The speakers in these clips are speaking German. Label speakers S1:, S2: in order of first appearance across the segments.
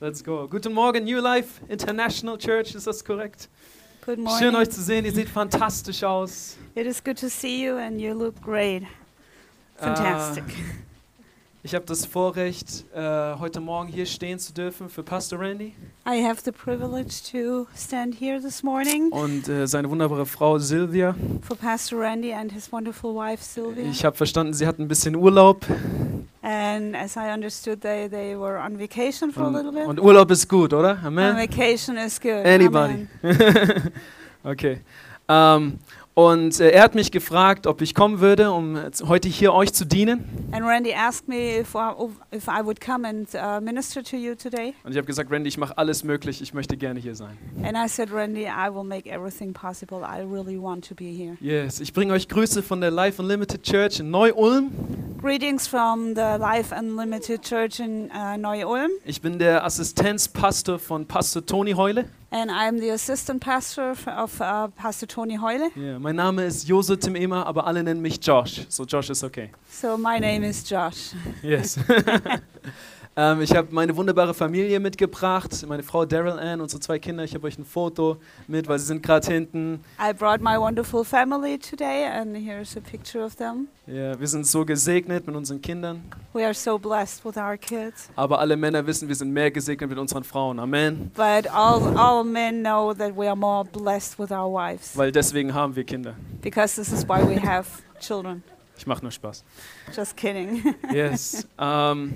S1: Let's go. Guten Morgen, New Life International Church, ist das korrekt?
S2: Good
S1: Schön
S2: morning.
S1: euch zu sehen, ihr seht fantastisch aus.
S2: It is good to see you, and you look great. Fantastic.
S1: Äh, ich habe das Vorrecht, äh, heute Morgen hier stehen zu dürfen für Pastor Randy
S2: I have the privilege to stand here this morning
S1: und äh, seine wunderbare Frau Silvia.
S2: for Pastor Randy and his wonderful wife Sylvia.
S1: Ich habe verstanden, sie hat ein bisschen Urlaub
S2: And as I understood, they, they were on vacation for a
S1: und,
S2: little bit.
S1: und Urlaub ist gut, oder?
S2: And
S1: Amen.
S2: vacation is good.
S1: Anybody.
S2: Amen.
S1: okay. Ähm, und äh, er hat mich gefragt, ob ich kommen würde, um äh, zu- heute hier euch zu dienen.
S2: And Randy asked me if I, if I would come and uh, minister to you today.
S1: Und ich habe gesagt, Randy, ich mache alles möglich, ich möchte gerne hier sein.
S2: And I said, Randy, I will make everything possible. I really want to be here.
S1: Yes, ich bringe euch Grüße von der Life Unlimited Church in Neu-Ulm.
S2: Greetings from the Life Unlimited Church in uh, Neu-Ulm.
S1: Ich bin der Assistenzpastor von Pastor Toni Heule.
S2: And I'm the assistant pastor f- of uh, Pastor Tony Heule.
S1: Ja, mein Name ist Jose Tim Emer, aber alle nennen mich Josh. So Josh ist okay.
S2: So my name is Josh.
S1: Yes. ähm, ich habe meine wunderbare Familie mitgebracht, meine Frau Daryl Ann, unsere zwei Kinder. Ich habe euch ein Foto mit, weil sie sind gerade hinten.
S2: I brought my wonderful family today, and here's a picture of them.
S1: Ja, wir sind so gesegnet mit unseren Kindern.
S2: We are so blessed with our kids.
S1: Aber alle Männer wissen, wir sind mehr gesegnet mit unseren Frauen. Amen.
S2: But all, all men know that we are more blessed with our wives
S1: Weil deswegen haben wir Kinder.
S2: because this is why we have children.
S1: Ich mache nur Spaß.
S2: Just kidding.
S1: Yes. ähm,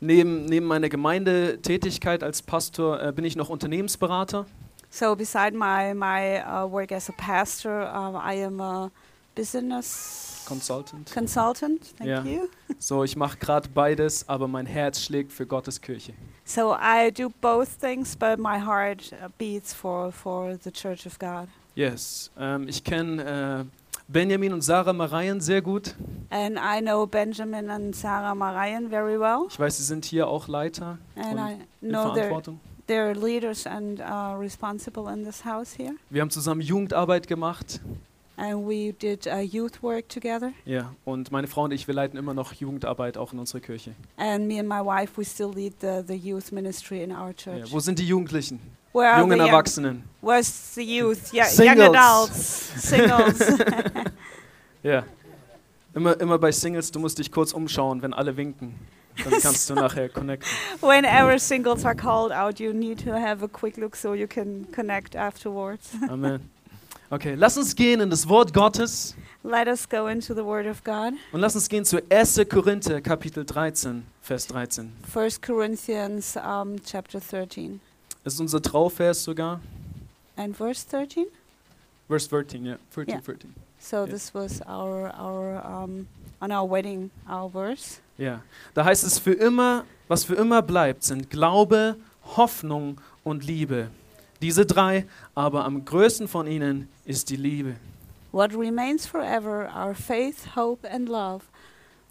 S1: neben, neben meiner Gemeindetätigkeit als Pastor äh, bin ich noch Unternehmensberater.
S2: so, beside my, my uh, work as a pastor, uh, I am a business
S1: Consultant.
S2: consultant. Thank
S1: Yeah.
S2: you.
S1: So, ich mache gerade beides, aber mein Herz schlägt für Gottes Kirche.
S2: So I do both things, but my heart uh, beats for, for the Church of God.
S1: Yes. Ähm, ich kenne äh, Benjamin und Sarah Marayen sehr gut.
S2: And I know Benjamin and Sarah Marayan very well.
S1: Ich weiß, sie sind hier auch Leiter
S2: And
S1: Und
S2: I
S1: in
S2: know they're,
S1: Verantwortung.
S2: they're leaders and uh, responsible in this house here.
S1: Wir haben zusammen Jugendarbeit gemacht.
S2: And we did uh, youth work together.
S1: Ja. Und meine Frau und ich, wir leiten immer noch Jugendarbeit auch in unserer Kirche.
S2: And me and my wife, we still lead the, the youth ministry in our
S1: Ja.
S2: church.
S1: Wo sind die Jugendlichen?
S2: Where are
S1: Jungen
S2: the young,
S1: Erwachsenen.
S2: where's the youth? Yeah, young
S1: Singles.
S2: adults, singles.
S1: Ja. Immer, immer bei Singles, du musst dich kurz umschauen, wenn alle winken. Dann kannst du nachher connecten.
S2: Whenever singles are called out, you need to have a quick look so you can connect afterwards.
S1: Amen. Okay, lass uns gehen in das Wort Gottes
S2: Let us go into the Word of God.
S1: und lass uns gehen zu 1. Korinther, Kapitel 13, Vers 13.
S2: 1 Corinthians um, chapter 13
S1: Das ist unser Trauvers sogar.
S2: and verse 13.
S1: Vers 14, ja. 14,
S2: Ja.
S1: 14.
S2: So
S1: Yeah.
S2: this was our our um, on our wedding our verse.
S1: Ja. Da heißt es, für immer, was für immer bleibt, sind Glaube, Hoffnung und Liebe. Diese drei, aber am größten von ihnen ist die Liebe.
S2: What remains forever are faith, hope, and love.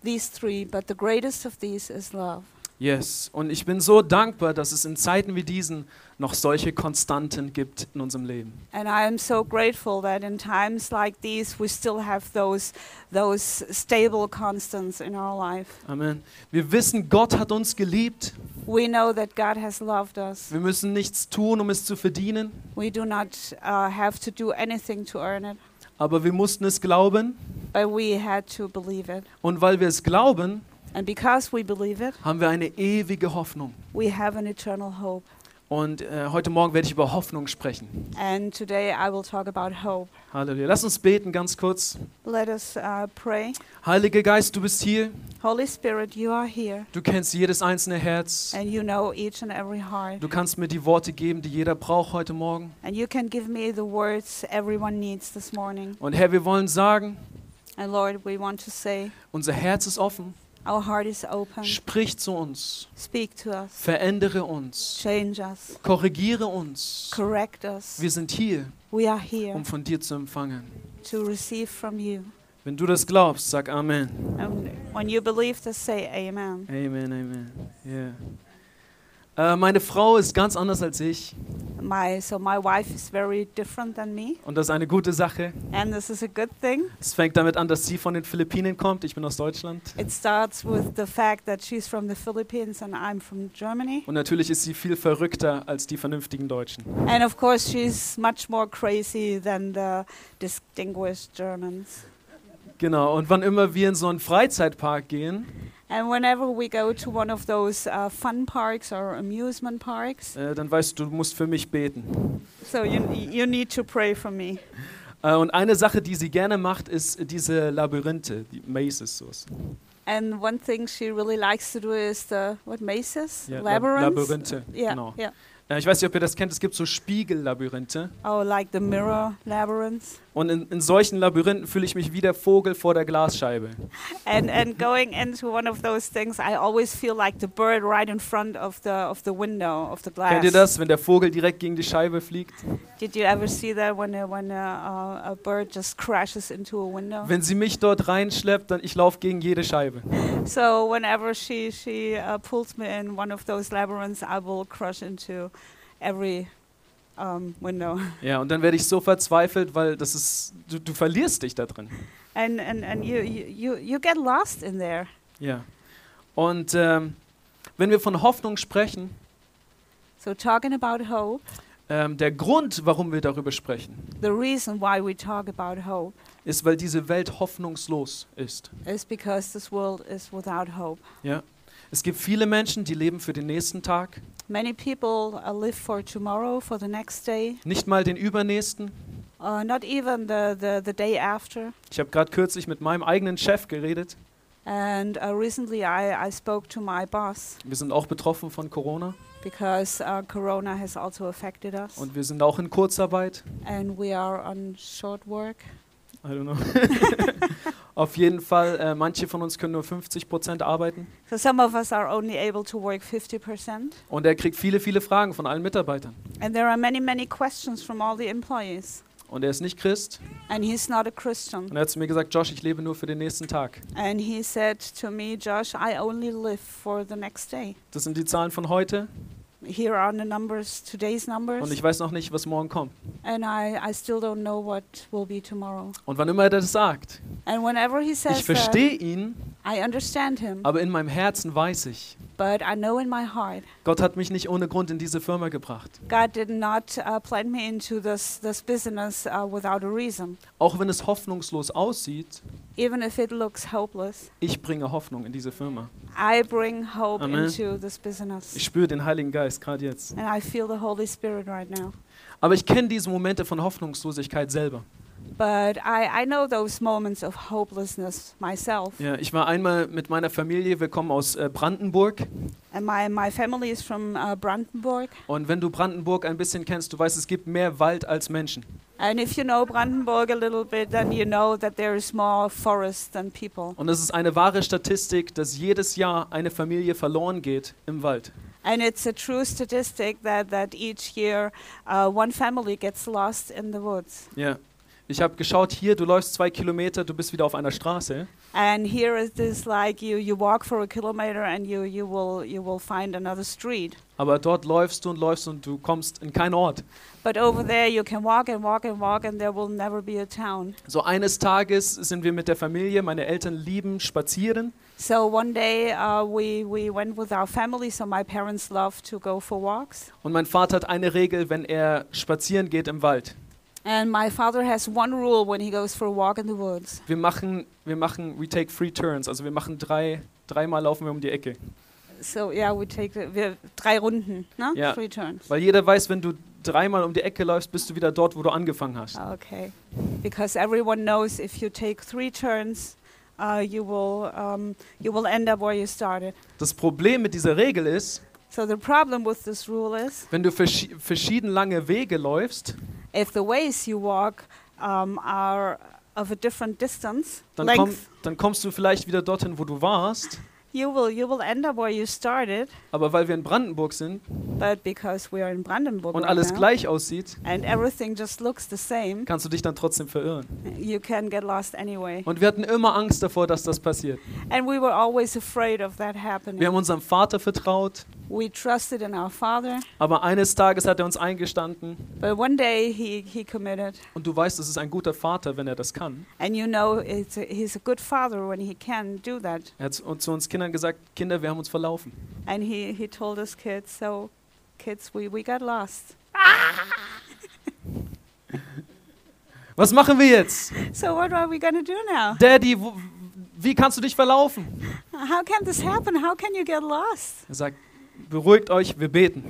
S2: These three, but the greatest of these is love.
S1: Yes, und ich bin so dankbar, dass es in Zeiten wie diesen noch solche Konstanten gibt in unserem Leben.
S2: And I am so grateful that in times like these we still have those those stable constants in our life.
S1: Amen. Wir wissen, Gott hat uns geliebt.
S2: We know that God has loved us.
S1: Wir müssen nichts tun, um es zu verdienen,
S2: We do not uh, have to do anything to earn it,
S1: aber wir mussten es glauben.
S2: but we had to believe it.
S1: Und weil wir es glauben,
S2: And because we believe it,
S1: haben wir eine ewige Hoffnung.
S2: we have an eternal hope.
S1: Und äh, heute Morgen werde ich über Hoffnung sprechen.
S2: And today I will talk about hope.
S1: Halleluja. Lass uns beten ganz kurz.
S2: Let us uh, pray.
S1: Heiliger Geist, du bist hier.
S2: Holy Spirit, you are here,
S1: Du kennst jedes einzelne Herz.
S2: and you know each and every heart.
S1: Du kannst mir die Worte geben, die jeder braucht heute Morgen.
S2: And you can give me the words everyone needs this morning.
S1: Und Herr, wir wollen sagen,
S2: And Lord, we want to say,
S1: unser Herz ist offen.
S2: our heart is open.
S1: Sprich zu uns,
S2: Speak to us,
S1: verändere uns,
S2: change us,
S1: korrigiere uns.
S2: correct us.
S1: Wir sind hier,
S2: We are here
S1: um von dir zu empfangen.
S2: to receive from you.
S1: Wenn du das glaubst, sag Amen.
S2: And when you believe this, say Amen.
S1: Amen, Amen. Yeah. Äh, meine Frau ist ganz anders als ich.
S2: my so my wife is very different than me,
S1: Und das ist eine gute Sache.
S2: and this is a good thing.
S1: Es fängt damit an, dass sie von den Philippinen kommt. Ich bin aus Deutschland.
S2: It starts with the fact that she's from the Philippines and I'm from Germany,
S1: Und natürlich ist sie viel verrückter als die vernünftigen Deutschen.
S2: and of course she's much more crazy than the distinguished Germans.
S1: Genau. Und wann immer wir in so einen Freizeitpark gehen,
S2: And whenever we go to one of those uh, fun parks or amusement parks,
S1: äh, dann weißt du, du musst für mich beten.
S2: so you you need to pray for me.
S1: Äh, und eine Sache, die sie gerne macht, ist diese Labyrinthe, die Mazes. So.
S2: And one thing she really likes to do is the what mazes,
S1: Ja, Lab-
S2: labyrinths.
S1: Labyrinthe.
S2: Yeah,
S1: Genau.
S2: yeah.
S1: Äh, ich weiß nicht, ob ihr das kennt. Es gibt so Spiegellabyrinthe.
S2: Oh, like the mirror labyrinth.
S1: Und in, in solchen Labyrinthen fühle ich mich wie der Vogel vor der Glasscheibe.
S2: And and going into one of those things, I always feel like the bird right in front of the of the window of the glass.
S1: Kennt ihr das, wenn der Vogel direkt gegen die Scheibe fliegt?
S2: Did you ever see that when a, when a, uh, a bird just crashes into a window?
S1: Wenn sie mich dort reinschleppt, dann ich laufe gegen jede Scheibe.
S2: so whenever she she uh, pulls me in one of those labyrinths, I will crash into every um, window.
S1: Ja, und dann werde ich so verzweifelt, weil das ist, du, du verlierst dich da drin.
S2: And and and you you you, you get lost in there.
S1: Ja. Und ähm, wenn wir von Hoffnung sprechen,
S2: So talking about hope.
S1: ähm, der Grund, warum wir darüber sprechen,
S2: The reason why we talk about hope
S1: ist, weil diese Welt hoffnungslos ist.
S2: is because this world is without hope.
S1: Ja. Es gibt viele Menschen, die leben für den nächsten Tag,
S2: Many people uh, live for tomorrow, for the next day,
S1: nicht mal den übernächsten.
S2: uh, not even the, the, the day after.
S1: Ich habe gerade kürzlich mit meinem eigenen Chef geredet.
S2: And uh, recently I, I spoke to my boss
S1: Wir sind auch betroffen von Corona
S2: because uh, Corona has also affected us
S1: und wir sind auch in Kurzarbeit.
S2: and we are on short work.
S1: I don't know. Auf jeden Fall, äh, manche von uns können nur 50 Prozent arbeiten.
S2: So some of us are only able to work 50%.
S1: Und er kriegt viele, viele Fragen von allen Mitarbeitern.
S2: And there are many, many questions from all the employees.
S1: Und er ist nicht Christ.
S2: And he's not a Christian.
S1: Und er hat zu mir gesagt, Josh, ich lebe nur für den nächsten Tag.
S2: And he said to me, Josh, I only live for the next day.
S1: Das sind die Zahlen von heute.
S2: Here are the numbers, today's numbers.
S1: Und ich weiß noch nicht, was morgen kommt.
S2: and I, I still don't know what will be tomorrow.
S1: Und wann immer er das sagt,
S2: And whenever he
S1: ich
S2: says that,
S1: verstehe ihn,
S2: I understand him,
S1: aber in meinem Herzen weiß ich,
S2: but I know in my heart,
S1: Gott hat mich nicht ohne Grund in diese Firma gebracht.
S2: God did not uh, plant me into this, this business uh, without a reason.
S1: Auch wenn es hoffnungslos aussieht,
S2: Even if it looks hopeless,
S1: ich bringe Hoffnung in diese Firma.
S2: I bring hope
S1: Amen.
S2: into this
S1: Ich
S2: business.
S1: spüre den Heiligen Geist gerade jetzt.
S2: And I feel the Holy Spirit right now.
S1: Aber ich kenne diese Momente von Hoffnungslosigkeit selber.
S2: But I, I know those moments of hopelessness myself.
S1: Ja, ich war einmal mit meiner Familie, wir kommen aus äh, Brandenburg.
S2: And my, my family is from uh, Brandenburg.
S1: Und wenn du Brandenburg ein bisschen kennst, du weißt, es gibt mehr Wald als Menschen.
S2: And if you know Brandenburg a little bit, then you know that there is more forest than people.
S1: Und es ist eine wahre Statistik, dass jedes Jahr eine Familie verloren geht im Wald.
S2: And it's a true statistic that, that each year uh, one family gets lost in the woods.
S1: Ja. Ich habe geschaut, hier, du läufst zwei Kilometer, du bist wieder auf einer Straße.
S2: And here it is like you, you walk for a kilometer and you, you, will, you will find another street.
S1: Aber dort läufst du und läufst und du kommst in keinen Ort.
S2: But over there you can walk and walk and walk and there will never be a town.
S1: So eines Tages sind wir mit der Familie, meine Eltern lieben spazieren.
S2: So one day uh, we, we went with our family, so my parents love to go for walks.
S1: Und mein Vater hat eine Regel, wenn er spazieren geht im Wald.
S2: And my father has one rule when he goes for a walk in the woods.
S1: Wir machen, wir machen, we take three turns. Also wir machen drei, dreimal laufen wir um die Ecke.
S2: So yeah, we take the, wir drei Runden, ne?
S1: Ja.
S2: Three turns.
S1: Weil jeder weiß, wenn du dreimal um die Ecke läufst, bist du wieder dort, wo du angefangen hast.
S2: Okay. Because everyone knows if you take three turns, uh, you will um, you will end up where you started.
S1: Das Problem mit dieser Regel ist,
S2: So the problem with this rule is
S1: wenn du verschi verschieden lange Wege läufst,
S2: if the ways you walk um, are of a different distance
S1: dann, komm,
S2: length,
S1: dann kommst du vielleicht wieder dorthin, wo du warst.
S2: you will you will end up where you started.
S1: Aber weil wir in Brandenburg sind
S2: But because we are in Brandenburg
S1: und
S2: right
S1: alles
S2: now,
S1: gleich aussieht,
S2: and everything just looks the same,
S1: kannst du dich dann trotzdem verirren.
S2: you can get lost anyway.
S1: Und wir hatten immer Angst davor, dass das passiert.
S2: And we were always afraid of that happening.
S1: Wir haben unserem Vater vertraut,
S2: We trusted in our Father,
S1: Aber eines Tages hat er uns eingestanden
S2: but one day he, he committed.
S1: und du weißt, es ist ein guter Vater, wenn er das kann.
S2: And you know, it's a, he's a good father when he can do that.
S1: Er hat uns- zu uns Kindern gesagt, Kinder, wir haben uns verlaufen.
S2: And he, he told us kids, so kids, we, we got lost.
S1: Was machen wir jetzt?
S2: So what are we going to do now?
S1: Daddy, wo, wie kannst du dich verlaufen?
S2: How can this happen? How can you get lost?
S1: Er sagt, beruhigt euch, wir beten.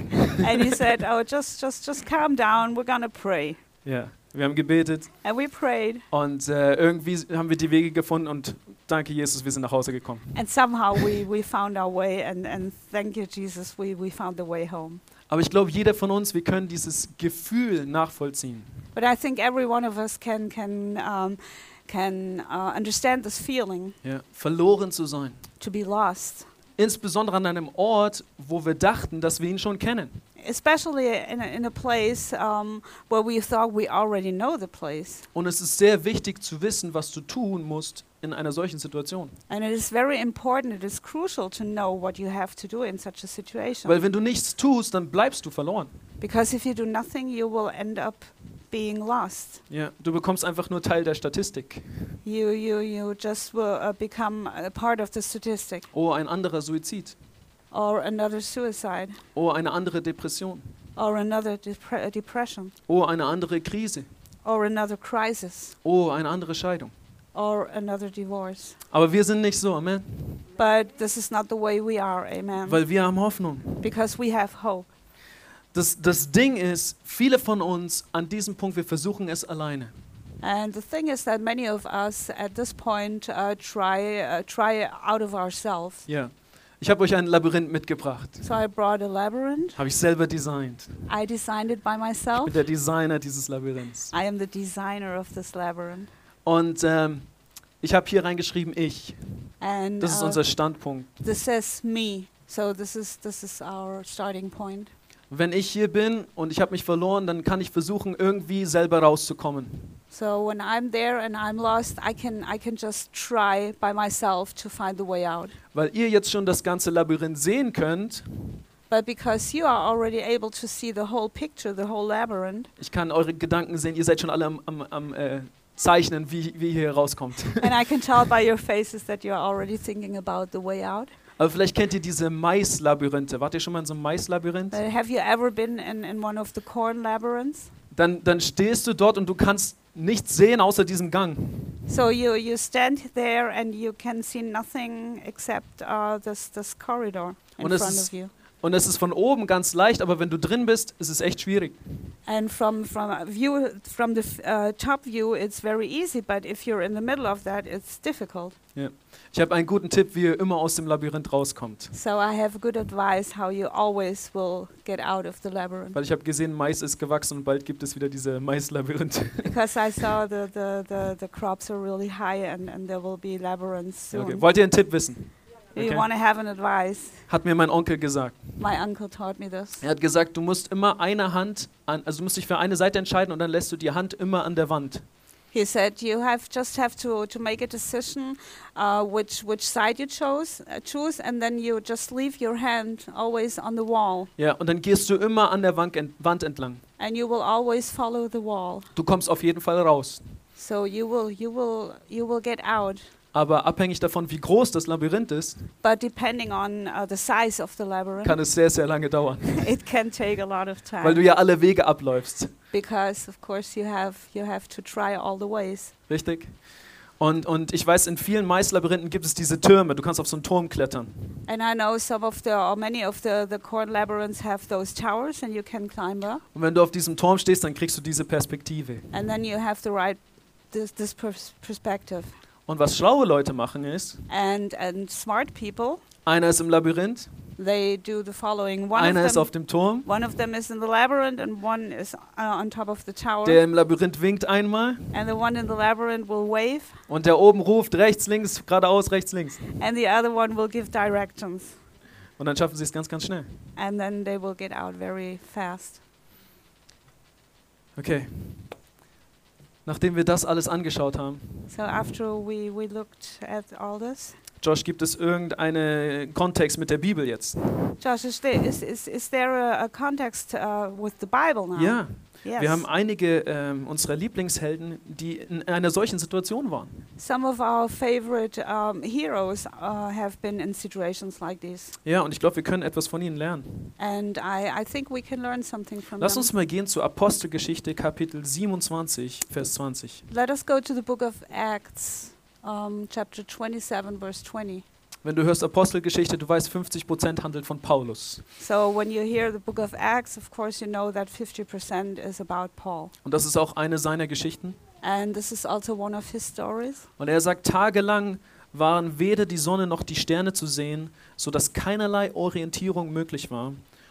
S2: and he said, oh, just, just, just calm down. We're going to pray.
S1: Ja, wir haben gebetet
S2: And we prayed,
S1: und äh, irgendwie haben wir die Wege gefunden und danke Jesus, wir sind nach Hause gekommen.
S2: and somehow we, we found our way. And, and thank you, Jesus, we, we found the way home.
S1: Aber ich glaube, jeder von uns, wir können dieses Gefühl nachvollziehen.
S2: But I think every one of us can, can, um, can uh, understand this feeling
S1: Ja, verloren zu sein.
S2: to be lost,
S1: Insbesondere an einem Ort, wo wir dachten, dass wir ihn schon kennen.
S2: especially in a, in a place um, where we thought we already know the place.
S1: Und es ist sehr wichtig zu wissen, was du tun musst in einer solchen Situation.
S2: And it is very important, it is crucial to know what you have to do in such a situation.
S1: Weil wenn du nichts tust, dann bleibst du verloren.
S2: because if you do nothing, you will end up being lost.
S1: Ja, du bekommst einfach nur Teil der Statistik.
S2: You, you, you just will uh, become a part of the statistic
S1: Oh, ein anderer Suizid.
S2: or another suicide
S1: Oh, eine andere Depression.
S2: or another depre- uh, depression
S1: Oh, eine andere Krise.
S2: or another crisis
S1: Oh, eine andere Scheidung.
S2: or another divorce.
S1: Aber wir sind nicht so, Amen.
S2: But this is not the way we are, amen.
S1: Weil wir haben Hoffnung.
S2: because we have hope.
S1: Das, das Ding ist, viele von uns an diesem Punkt, wir versuchen es alleine.
S2: And the thing is that many of us at this point uh, try, uh, try out of ourselves.
S1: Ja. Ich habe euch ein Labyrinth mitgebracht.
S2: So I brought a labyrinth.
S1: Habe ich selber designt.
S2: I designed it by
S1: Ich
S2: myself.
S1: bin der Designer dieses Labyrinths.
S2: I am the designer of this labyrinth.
S1: Und ähm, ich habe hier reingeschrieben, ich.
S2: And
S1: Das ist
S2: uh,
S1: unser Standpunkt.
S2: this is me. So this is this is our starting point.
S1: Wenn ich hier bin und ich habe mich verloren, dann kann ich versuchen, irgendwie selber rauszukommen.
S2: So when I'm there and I'm lost, I can I can just try by myself to find the way out.
S1: Weil ihr jetzt schon das ganze Labyrinth sehen könnt,
S2: But because you are already able to see the whole picture, the whole labyrinth,
S1: ich kann eure Gedanken sehen, ihr seid schon alle am, am, am äh, Zeichnen, wie, wie ihr hier rauskommt.
S2: and I can tell by your faces that you are already thinking about the way out.
S1: Aber vielleicht kennt ihr diese Maislabyrinthe. Wart ihr schon mal in so einem Maislabyrinth?
S2: But have you ever been in, in one of the corn labyrinths?
S1: Dann, dann stehst du dort und du kannst nichts sehen außer diesem Gang.
S2: So you, you stand there and you can see nothing except uh, this, this corridor in
S1: Und es
S2: front
S1: ist-
S2: of you.
S1: Und es ist von oben ganz leicht, aber wenn du drin bist, ist es echt schwierig.
S2: And from, from, a view, from the f- uh, top view, it's very easy, but if you're in the middle of that, it's difficult.
S1: Ich habe einen guten Tipp, wie ihr immer aus dem Labyrinth rauskommt.
S2: So I have good advice how you always will get out of the labyrinth.
S1: Weil ich habe gesehen, Mais ist gewachsen und bald gibt es wieder diese Maislabyrinthe.
S2: because I saw the, the, the, the crops are really high and, and there will be labyrinths soon.
S1: Okay. Wollt ihr einen Tipp wissen? okay.
S2: You want to have an advice.
S1: Hat mir mein Onkel gesagt.
S2: My uncle taught me this.
S1: Er hat gesagt, du musst immer eine Hand, an, also du musst dich für eine Seite entscheiden und dann lässt du die Hand immer an der Wand.
S2: He said, "You have just have to, to make a decision, uh, which which side you chose, uh, choose, and then you just leave your hand always on the wall,
S1: Ja, und dann gehst du immer an der Wand, ent Wand entlang.
S2: and you will always follow the wall.
S1: Du kommst auf jeden Fall raus.
S2: So you will you will you will get out.
S1: Aber abhängig davon, wie groß das Labyrinth ist,
S2: But depending on uh, the size of the labyrinth,
S1: kann es sehr, sehr lange dauern.
S2: it can take a lot of
S1: Weil du
S2: time
S1: ja alle Wege abläufst.
S2: because, of course, you have you have to try all the ways."
S1: Richtig? Und, und ich weiß, in vielen Maislabyrinthen gibt es diese Türme. Du kannst auf so einen Turm klettern.
S2: And I know some of the or many of the the corn labyrinths have those towers, and you can climb up.
S1: Und wenn du auf diesem Turm stehst, dann kriegst du diese Perspektive.
S2: and then you have the right this, this pers- perspective
S1: Und was schlaue Leute machen ist,
S2: and and smart people
S1: einer ist im Labyrinth,
S2: they do the following one
S1: einer
S2: of
S1: ist
S2: them
S1: auf dem Turm,
S2: one of them is in the labyrinth and one is uh, on top of the tower
S1: der im Labyrinth winkt einmal
S2: and the one in the labyrinth will wave
S1: und der oben ruft rechts, links, geradeaus, rechts, links.
S2: and the other one will give directions
S1: Und dann schaffen sie es ganz, ganz schnell.
S2: and then they will get out very fast
S1: Okay. Nachdem wir das alles angeschaut haben,
S2: so after we we looked at all this
S1: Josh, gibt es irgendeinen Kontext mit der Bibel jetzt?
S2: Josh, is there, is, is, is there a, a context uh, with the Bible now?
S1: Ja,
S2: Yes.
S1: wir haben einige ähm, unserer Lieblingshelden, die in einer solchen Situation waren.
S2: Some of our favorite um, heroes uh, have been in situations like this.
S1: Ja, und ich glaube, wir können etwas von ihnen lernen.
S2: And I, I think we can learn something from
S1: Lass
S2: them.
S1: uns mal gehen zu Apostelgeschichte Kapitel 27, Vers 20.
S2: Let us go to the book of Acts, um, chapter 27, verse 20.
S1: Wenn du hörst Apostelgeschichte, du weißt, 50% handelt von Paulus.
S2: So when you hear the book of Acts, of course, you know that 50% is about Paul.
S1: Und das ist auch eine seiner Geschichten.
S2: And this is also one of his stories.
S1: Und er sagt, tagelang waren weder die Sonne noch die Sterne zu sehen, sodass keinerlei Orientierung möglich war.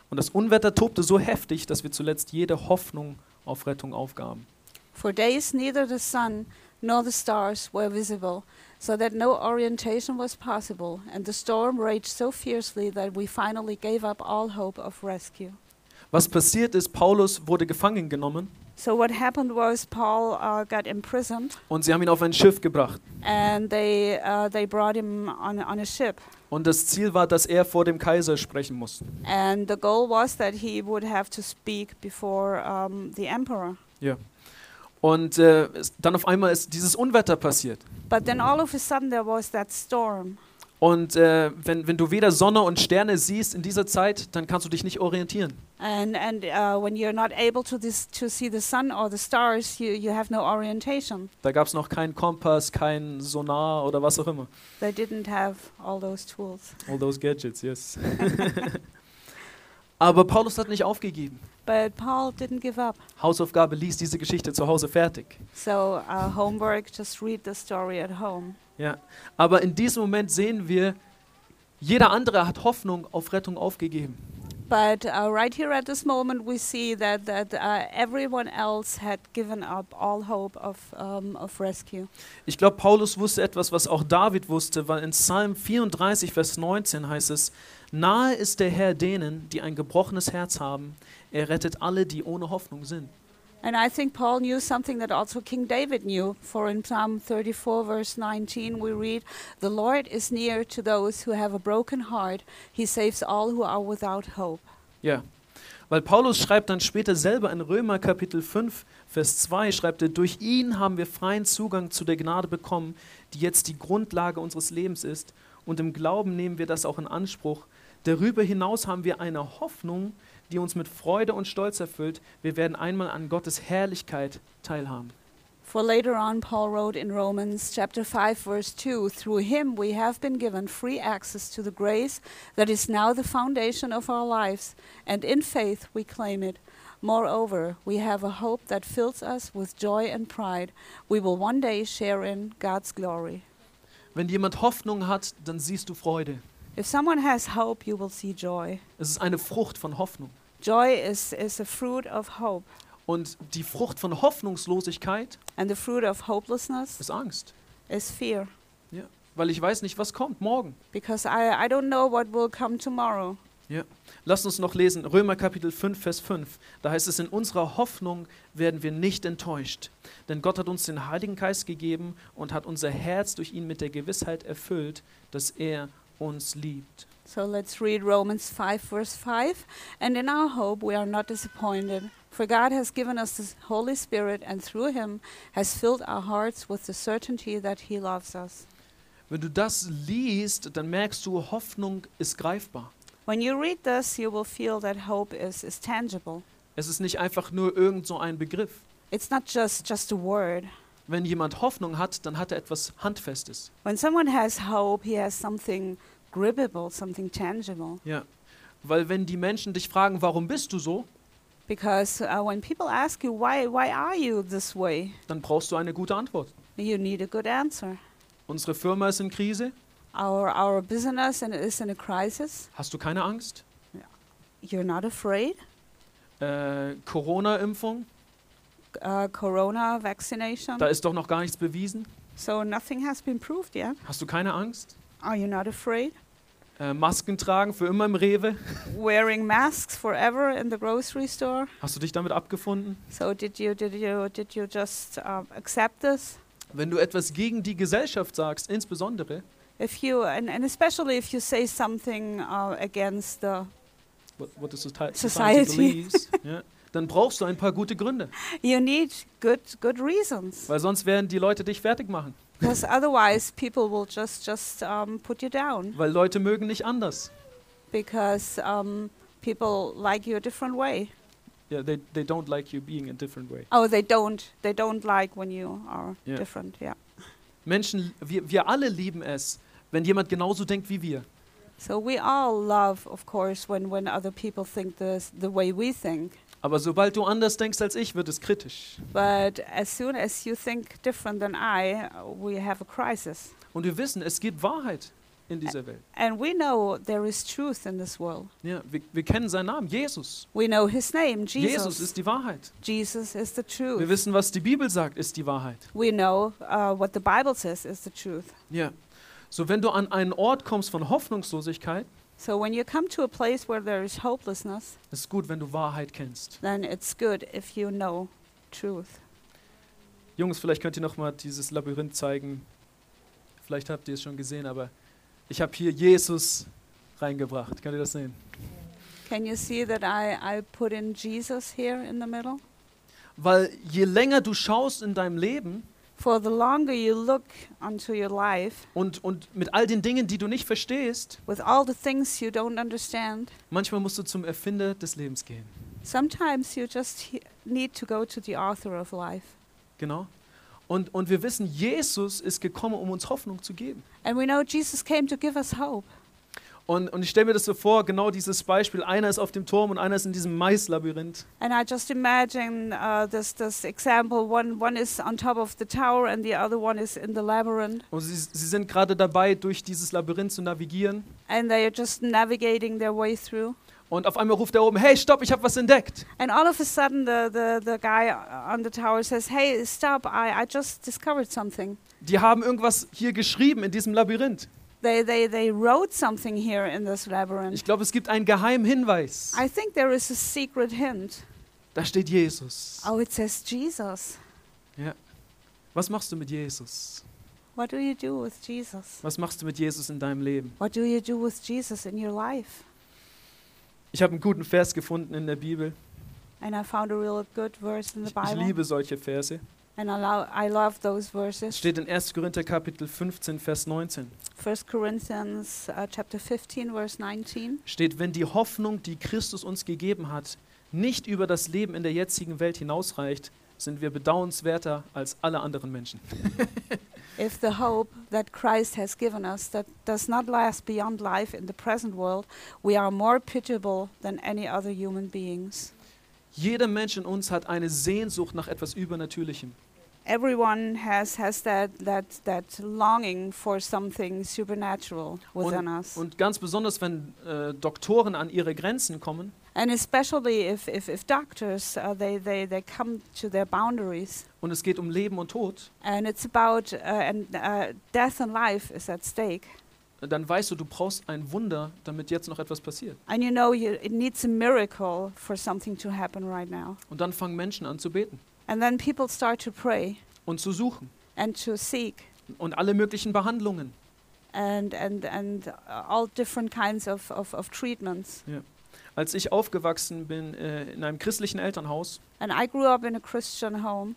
S1: Und das Unwetter tobte so heftig, dass wir zuletzt jede Hoffnung auf Rettung aufgaben.
S2: For days, neither the sun nor the stars were visible, so that no orientation was possible, and the storm raged so fiercely that we finally gave up all hope of rescue.
S1: Was passiert ist, Paulus wurde gefangen genommen
S2: So, what happened was Paul uh, got imprisoned,
S1: und sie haben ihn auf ein Schiff gebracht.
S2: and they, uh, they brought him on, on a ship.
S1: Und das Ziel war, dass er vor dem Kaiser sprechen muss.
S2: And the goal was that he would have to speak before um, the emperor.
S1: Und äh, es- dann auf einmal ist dieses Unwetter passiert.
S2: But then all of a sudden there was that storm.
S1: Und äh, wenn, wenn du weder Sonne und Sterne siehst in dieser Zeit, dann kannst du dich nicht orientieren.
S2: And, and uh, when you're not able to, this, to see the sun or the stars, you, you have no orientation.
S1: Da gab es noch keinen Kompass, keinen Sonar oder was auch immer.
S2: They didn't have all those tools.
S1: All those gadgets, yes. Aber Paulus hat nicht aufgegeben.
S2: But Paul didn't give up.
S1: Hausaufgabe liest diese Geschichte zu Hause fertig.
S2: So, uh, homework, just read the story at home.
S1: Ja. Aber in diesem Moment sehen wir, jeder andere hat Hoffnung auf Rettung aufgegeben.
S2: But uh, right here at this moment, we see that, that uh, everyone else had given up all hope of, um, of rescue.
S1: Ich glaube, Paulus wusste etwas, was auch David wusste, weil in Psalm 34, Vers 19 heißt es, nahe ist der Herr denen, die ein gebrochenes Herz haben, er rettet alle, die ohne Hoffnung sind.
S2: And I think Paul knew something that also King David knew. For in Psalm 34, verse 19, we read, The Lord is near to those who have a broken heart. He saves all who are without hope.
S1: Ja. Weil Paulus schreibt dann später selber in Römer Kapitel 5, Vers 2, schreibt er, durch ihn haben wir freien Zugang zu der Gnade bekommen, die jetzt die Grundlage unseres Lebens ist. Und im Glauben nehmen wir das auch in Anspruch. Darüber hinaus haben wir eine Hoffnung, die uns mit Freude und Stolz erfüllt. Wir werden einmal an Gottes Herrlichkeit teilhaben.
S2: For later on, Paul wrote in Romans chapter 5, verse 2, Through him we have been given free access to the grace that is now the foundation of our lives, and in faith we claim it. Moreover, we have a hope that fills us with joy and pride. We will one day share in God's glory.
S1: Wenn jemand Hoffnung hat, dann siehst du Freude.
S2: If someone has hope, you will see joy.
S1: Es ist eine Frucht von Hoffnung.
S2: Joy is, is a fruit of hope,
S1: Und die Frucht von Hoffnungslosigkeit
S2: and the fruit of hopelessness
S1: ist Angst.
S2: is fear,
S1: Weil ich weiß nicht, was kommt morgen.
S2: because I, I don't know what will come tomorrow.
S1: Lasst uns noch lesen, Römer Kapitel 5, Vers 5. Da heißt es, in unserer Hoffnung werden wir nicht enttäuscht. Denn Gott hat uns den Heiligen Geist gegeben und hat unser Herz durch ihn mit der Gewissheit erfüllt, dass er uns liebt.
S2: So let's read Romans 5, verse 5. And in our hope, we are not disappointed, for God has given us the Holy Spirit, and through him has filled our hearts with the certainty that he loves us.
S1: Wenn du das liest, dann merkst du, Hoffnung ist greifbar.
S2: When you read this, you will feel that hope is, is tangible.
S1: Es ist nicht einfach nur irgend so ein Begriff.
S2: It's not just, just a word.
S1: Wenn jemand Hoffnung hat, dann hat er etwas Handfestes.
S2: When someone has hope, he has something grippable, something tangible.
S1: Ja. Weil wenn die Menschen dich fragen, warum bist du so,
S2: Because uh, when people ask you, why, why are you this way?
S1: dann brauchst du eine gute Antwort.
S2: You need a good answer.
S1: Unsere Firma ist in Krise,
S2: Our, our business and is in a crisis.
S1: hast du keine Angst?
S2: You're not afraid.
S1: Äh, Corona-Impfung,
S2: Uh, corona vaccination.
S1: da ist doch noch gar nichts bewiesen,
S2: So nothing has been proved yet.
S1: hast du keine Angst?
S2: Are you not afraid?
S1: Äh, Masken tragen für immer im Rewe,
S2: Wearing masks forever in the grocery store.
S1: hast du dich damit abgefunden?
S2: So did you did you did you just uh, accept this?
S1: Wenn du etwas gegen die Gesellschaft sagst, insbesondere,
S2: if you and, and especially if you say something uh, against the
S1: what, what the society,
S2: Society.
S1: believes, ja, dann brauchst du ein paar gute Gründe,
S2: you need good good reasons
S1: weil sonst werden die Leute dich fertig machen,
S2: because otherwise people will just just um, put you down
S1: weil Leute mögen nicht anders.
S2: because um, people like you a different way
S1: Yeah, they, they don't like you being a different way.
S2: oh they don't they don't like when you are
S1: Yeah.
S2: different yeah
S1: Menschen, wir, wir alle lieben es, wenn jemand genauso denkt wie wir.
S2: so we all love of course when when other people think this the way we think
S1: Aber sobald du anders denkst als ich, wird es kritisch.
S2: but as soon as you think different than i uh, we have a crisis
S1: Und wir wissen, es gibt Wahrheit in dieser Welt.
S2: And we know there is truth in this world.
S1: Ja, wir, wir kennen seinen Namen, Jesus.
S2: We know his name,
S1: Jesus
S2: Jesus.
S1: ist die Wahrheit.
S2: Jesus is the
S1: Wir
S2: truth.
S1: wissen, was die Bibel sagt, ist die Wahrheit.
S2: We know uh, what the Bible says is the truth.
S1: Ja. So, wenn du an einen Ort kommst von Hoffnungslosigkeit,
S2: So when you come to a place where there is hopelessness,
S1: ist es gut, wenn du Wahrheit kennst.
S2: then it's good if you know truth.
S1: Jungs, vielleicht könnt ihr noch mal dieses Labyrinth zeigen. Vielleicht habt ihr es schon gesehen, aber ich habe hier Jesus reingebracht. Könnt ihr das sehen?
S2: Can you see that I, I put in Jesus here in the middle?
S1: Weil je länger du schaust in deinem Leben
S2: For the longer you look onto your life
S1: und, und mit all den Dingen, die du nicht verstehst,
S2: with all the things you don't understand,
S1: manchmal musst du zum Erfinder des Lebens gehen.
S2: sometimes you just he- need to go to the author of life.
S1: Genau. Und, und wir wissen, Jesus ist gekommen, um uns Hoffnung zu geben.
S2: And we know Jesus came to give us hope.
S1: Und, und ich stelle mir das so vor, genau dieses Beispiel, einer ist auf dem Turm und einer ist in diesem Maislabyrinth.
S2: And I just imagine uh, this this example. One one is on top of the tower, and the other one is in the labyrinth,
S1: Und sie, sie sind gerade dabei, durch dieses Labyrinth zu navigieren.
S2: and they are just navigating their way through.
S1: Und auf einmal ruft er oben, hey, stopp, ich habe was entdeckt.
S2: And all of a sudden, the the, the guy o- on the tower says, "Hey, stop! I, I just discovered something.
S1: Die haben irgendwas hier geschrieben in diesem Labyrinth.
S2: They they they wrote something here in this
S1: Ich
S2: labyrinth.
S1: glaube, es gibt einen geheimen Hinweis.
S2: I think there is a secret hint.
S1: Da steht Jesus.
S2: Oh, it says Jesus.
S1: Was machst du mit Jesus?
S2: What do you do with Jesus?
S1: Was machst du mit Jesus in deinem Leben?
S2: What do you do with Jesus in your life?"
S1: Ich habe einen guten Vers gefunden in der Bibel.
S2: And I found a real good verse in the
S1: Ich, ich
S2: Bible,
S1: liebe solche Verse.
S2: and I, lo- I love those
S1: Es
S2: verses.
S1: steht in 1. Korinther Kapitel 15, Vers 19.
S2: 1 Corinthians uh, chapter 15 verse 19
S1: Steht, wenn die Hoffnung, die Christus uns gegeben hat, nicht über das Leben in der jetzigen Welt hinausreicht, sind wir bedauernswerter als alle anderen Menschen.
S2: if the hope that Christ has given us that does not last beyond life in the present world we are more pitiable than any other human beings
S1: Jeder Mensch in uns hat eine Sehnsucht nach etwas Übernatürlichem.
S2: everyone has has that that that longing for something supernatural within us
S1: Und ganz besonders, wenn äh, Doktoren an ihre Grenzen kommen,
S2: and especially if if, if doctors uh, they, they they come to their boundaries
S1: und es geht um Leben und Tod,
S2: and it's about uh, and uh, death and life is at stake
S1: dann weißt du, du brauchst ein Wunder, damit jetzt noch etwas passiert.
S2: And you know, you, it needs a miracle for something to happen right now.
S1: Und dann fangen Menschen an zu beten
S2: And then people start to pray
S1: und zu suchen
S2: and to seek
S1: und alle möglichen Behandlungen.
S2: and, and, and uh, all different kinds of, of, of treatments.
S1: Als ich aufgewachsen bin äh, in einem christlichen Elternhaus,
S2: And I grew up in a Christian home.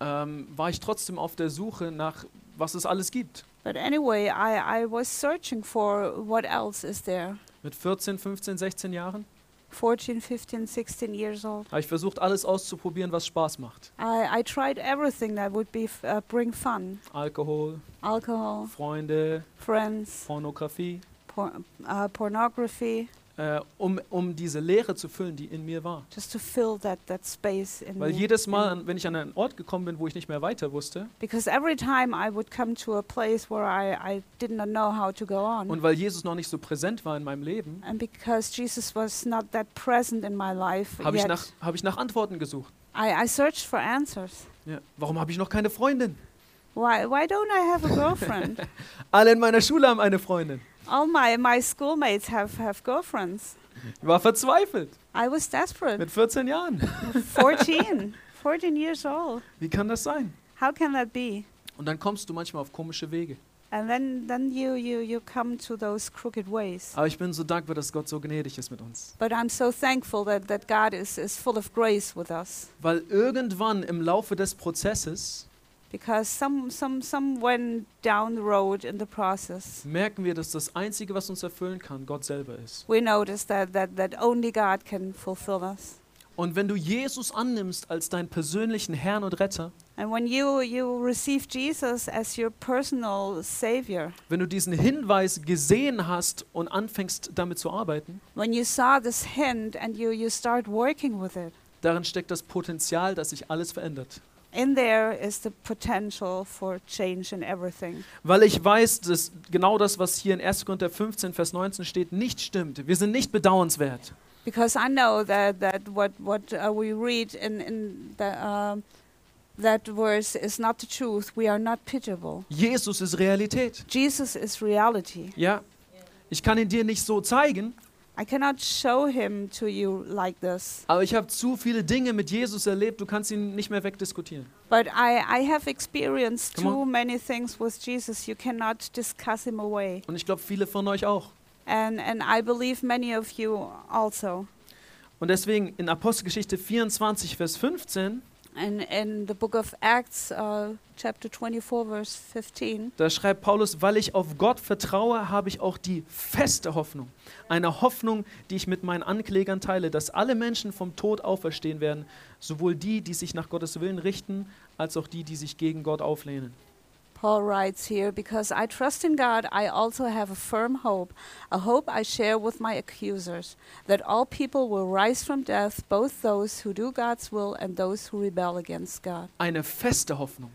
S1: ähm, war ich trotzdem auf der Suche nach, was es alles gibt.
S2: But anyway, I, I was searching for what else is there.
S1: Mit 14, 15, 16 Jahren
S2: 14, 15, 16 years old.
S1: habe ich versucht, alles auszuprobieren, was Spaß macht.
S2: I, I tried everything that would be f- uh, bring fun
S1: Alkohol,
S2: alcohol,
S1: Freunde,
S2: friends,
S1: Pornografie,
S2: por- uh, pornography,
S1: äh, um, um diese Leere zu füllen, die in mir war.
S2: just to fill that, that space in
S1: Weil
S2: me.
S1: jedes Mal, an- wenn ich an einen Ort gekommen bin, wo ich nicht mehr weiter wusste,
S2: Because every time I would come to a place where I, I did not know how to go on.
S1: und weil Jesus noch nicht so präsent war in meinem Leben,
S2: and because Jesus was not that present in my life
S1: habe ich,
S2: yet,
S1: nach, habe ich nach Antworten gesucht.
S2: I, I searched for answers.
S1: Ja. Warum habe ich noch keine Freundin?
S2: Why, why don't I have a girlfriend?
S1: Alle in meiner Schule haben eine Freundin.
S2: All my, my schoolmates have, have girlfriends.
S1: Ich war verzweifelt
S2: I was desperate.
S1: mit 14 Jahren.
S2: 14, 14 years old.
S1: Wie kann das sein?
S2: How can that be?
S1: Und dann kommst du manchmal auf komische Wege.
S2: And then, then you, you, you come to those crooked ways.
S1: Aber ich bin so dankbar, dass Gott so gnädig ist mit uns.
S2: But I'm so thankful that, that God is, is full of grace with us.
S1: Weil irgendwann im Laufe des Prozesses
S2: Because some, some, some went down the road in the process.
S1: merken wir, dass das Einzige, was uns erfüllen kann, Gott selber ist.
S2: We notice that, that, that only God can fulfill us.
S1: Und wenn du Jesus annimmst als deinen persönlichen Herrn und Retter,
S2: And when you, you receive Jesus as your personal Savior,
S1: wenn du diesen Hinweis gesehen hast und anfängst damit zu arbeiten,
S2: when you saw this hint and you, you start working with it,
S1: darin steckt das Potenzial, dass sich alles verändert.
S2: in there is the potential for change in everything.
S1: Weil ich weiß, dass genau das, was hier in 1. Korinther 15, Vers 19 steht, nicht stimmt. Wir sind nicht bedauernswert.
S2: Because I know that, that what, what uh, we read in, in the, um that verse is not the truth. We are not pitiable.
S1: Jesus ist Realität.
S2: Jesus is reality.
S1: Ja, ich kann ihn dir nicht so zeigen,
S2: I cannot show him to you like this,
S1: aber ich habe zu viele Dinge mit Jesus erlebt, du kannst ihn nicht mehr wegdiskutieren.
S2: but I, I have experienced
S1: Come
S2: too
S1: on.
S2: many things with Jesus. You cannot discuss him away.
S1: Und ich glaube, viele von euch auch.
S2: And, and I believe many of you also.
S1: Und deswegen in Apostelgeschichte 24, Vers 15,
S2: And in the book of Acts, uh, chapter 24, verse 15,
S1: da schreibt Paulus, weil ich auf Gott vertraue, habe ich auch die feste Hoffnung. Eine Hoffnung, die ich mit meinen Anklägern teile, dass alle Menschen vom Tod auferstehen werden, sowohl die, die sich nach Gottes Willen richten, als auch die, die sich gegen Gott auflehnen.
S2: Paul writes here, Because I trust in God, I also have a firm hope, a hope I share with my accusers, that all people will rise from death, both those who do God's will and those who rebel against God.
S1: Eine feste Hoffnung.